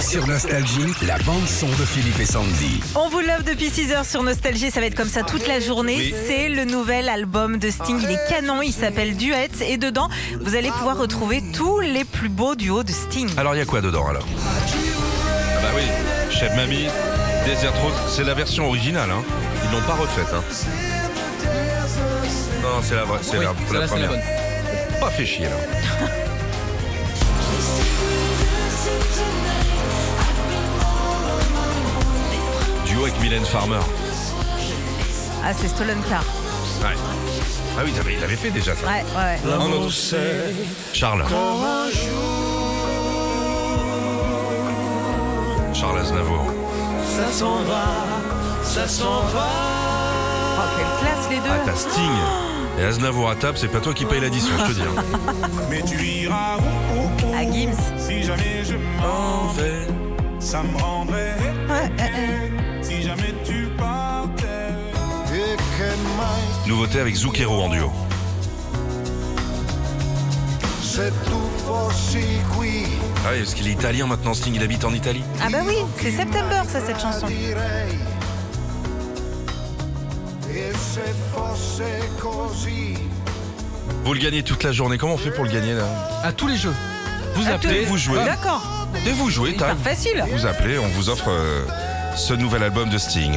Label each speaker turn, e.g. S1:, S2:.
S1: Sur Nostalgie, la bande-son de Philippe et Sandy.
S2: On vous love depuis 6 heures sur Nostalgie, ça va être comme ça toute la journée. C'est le nouvel album de Sting, il est canon, il s'appelle Duets et dedans, vous allez pouvoir retrouver tous les plus beaux duos de Sting.
S3: Alors, il y a quoi dedans alors Ah bah oui, Chef Mamie, Desert Rose, c'est la version originale. Hein. Ils l'ont pas refaite. Hein. Non, c'est la vraie, c'est la, la première. Pas fait chier là. Duo avec Mylène Farmer.
S2: Ah, c'est Stolen Car.
S3: Ouais. Ah oui, t'avais- il avait fait déjà ça.
S2: Ouais, ouais. ouais.
S3: Un autre. Charles. Charles Aznavour.
S4: Ça s'en va, ça s'en va.
S2: Oh, quelle classe les deux.
S3: Ah, t'as Sting. Et Aznavour à table, c'est pas toi qui paye l'addition, je te dis. hein.
S4: Mais tu iras où, où, où,
S2: À Ah, Gims.
S4: Si jamais je m'en vais,
S3: hein.
S4: ça me rendrait éternel. Si jamais tu partais.
S3: Nouveauté avec Zucchero en duo. Ah oui, parce qu'il est italien maintenant, Sting, il habite en Italie.
S2: Ah bah oui, c'est September ça cette chanson.
S3: Vous le gagnez toute la journée, comment on fait pour le gagner là
S5: à tous les jeux. Vous
S2: À
S5: appelez,
S2: tous. Ah,
S3: vous jouez. Ah.
S2: D'accord.
S3: Dès vous jouez,
S2: Pas
S3: tac,
S2: facile.
S3: vous appelez, on vous offre euh, ce nouvel album de Sting.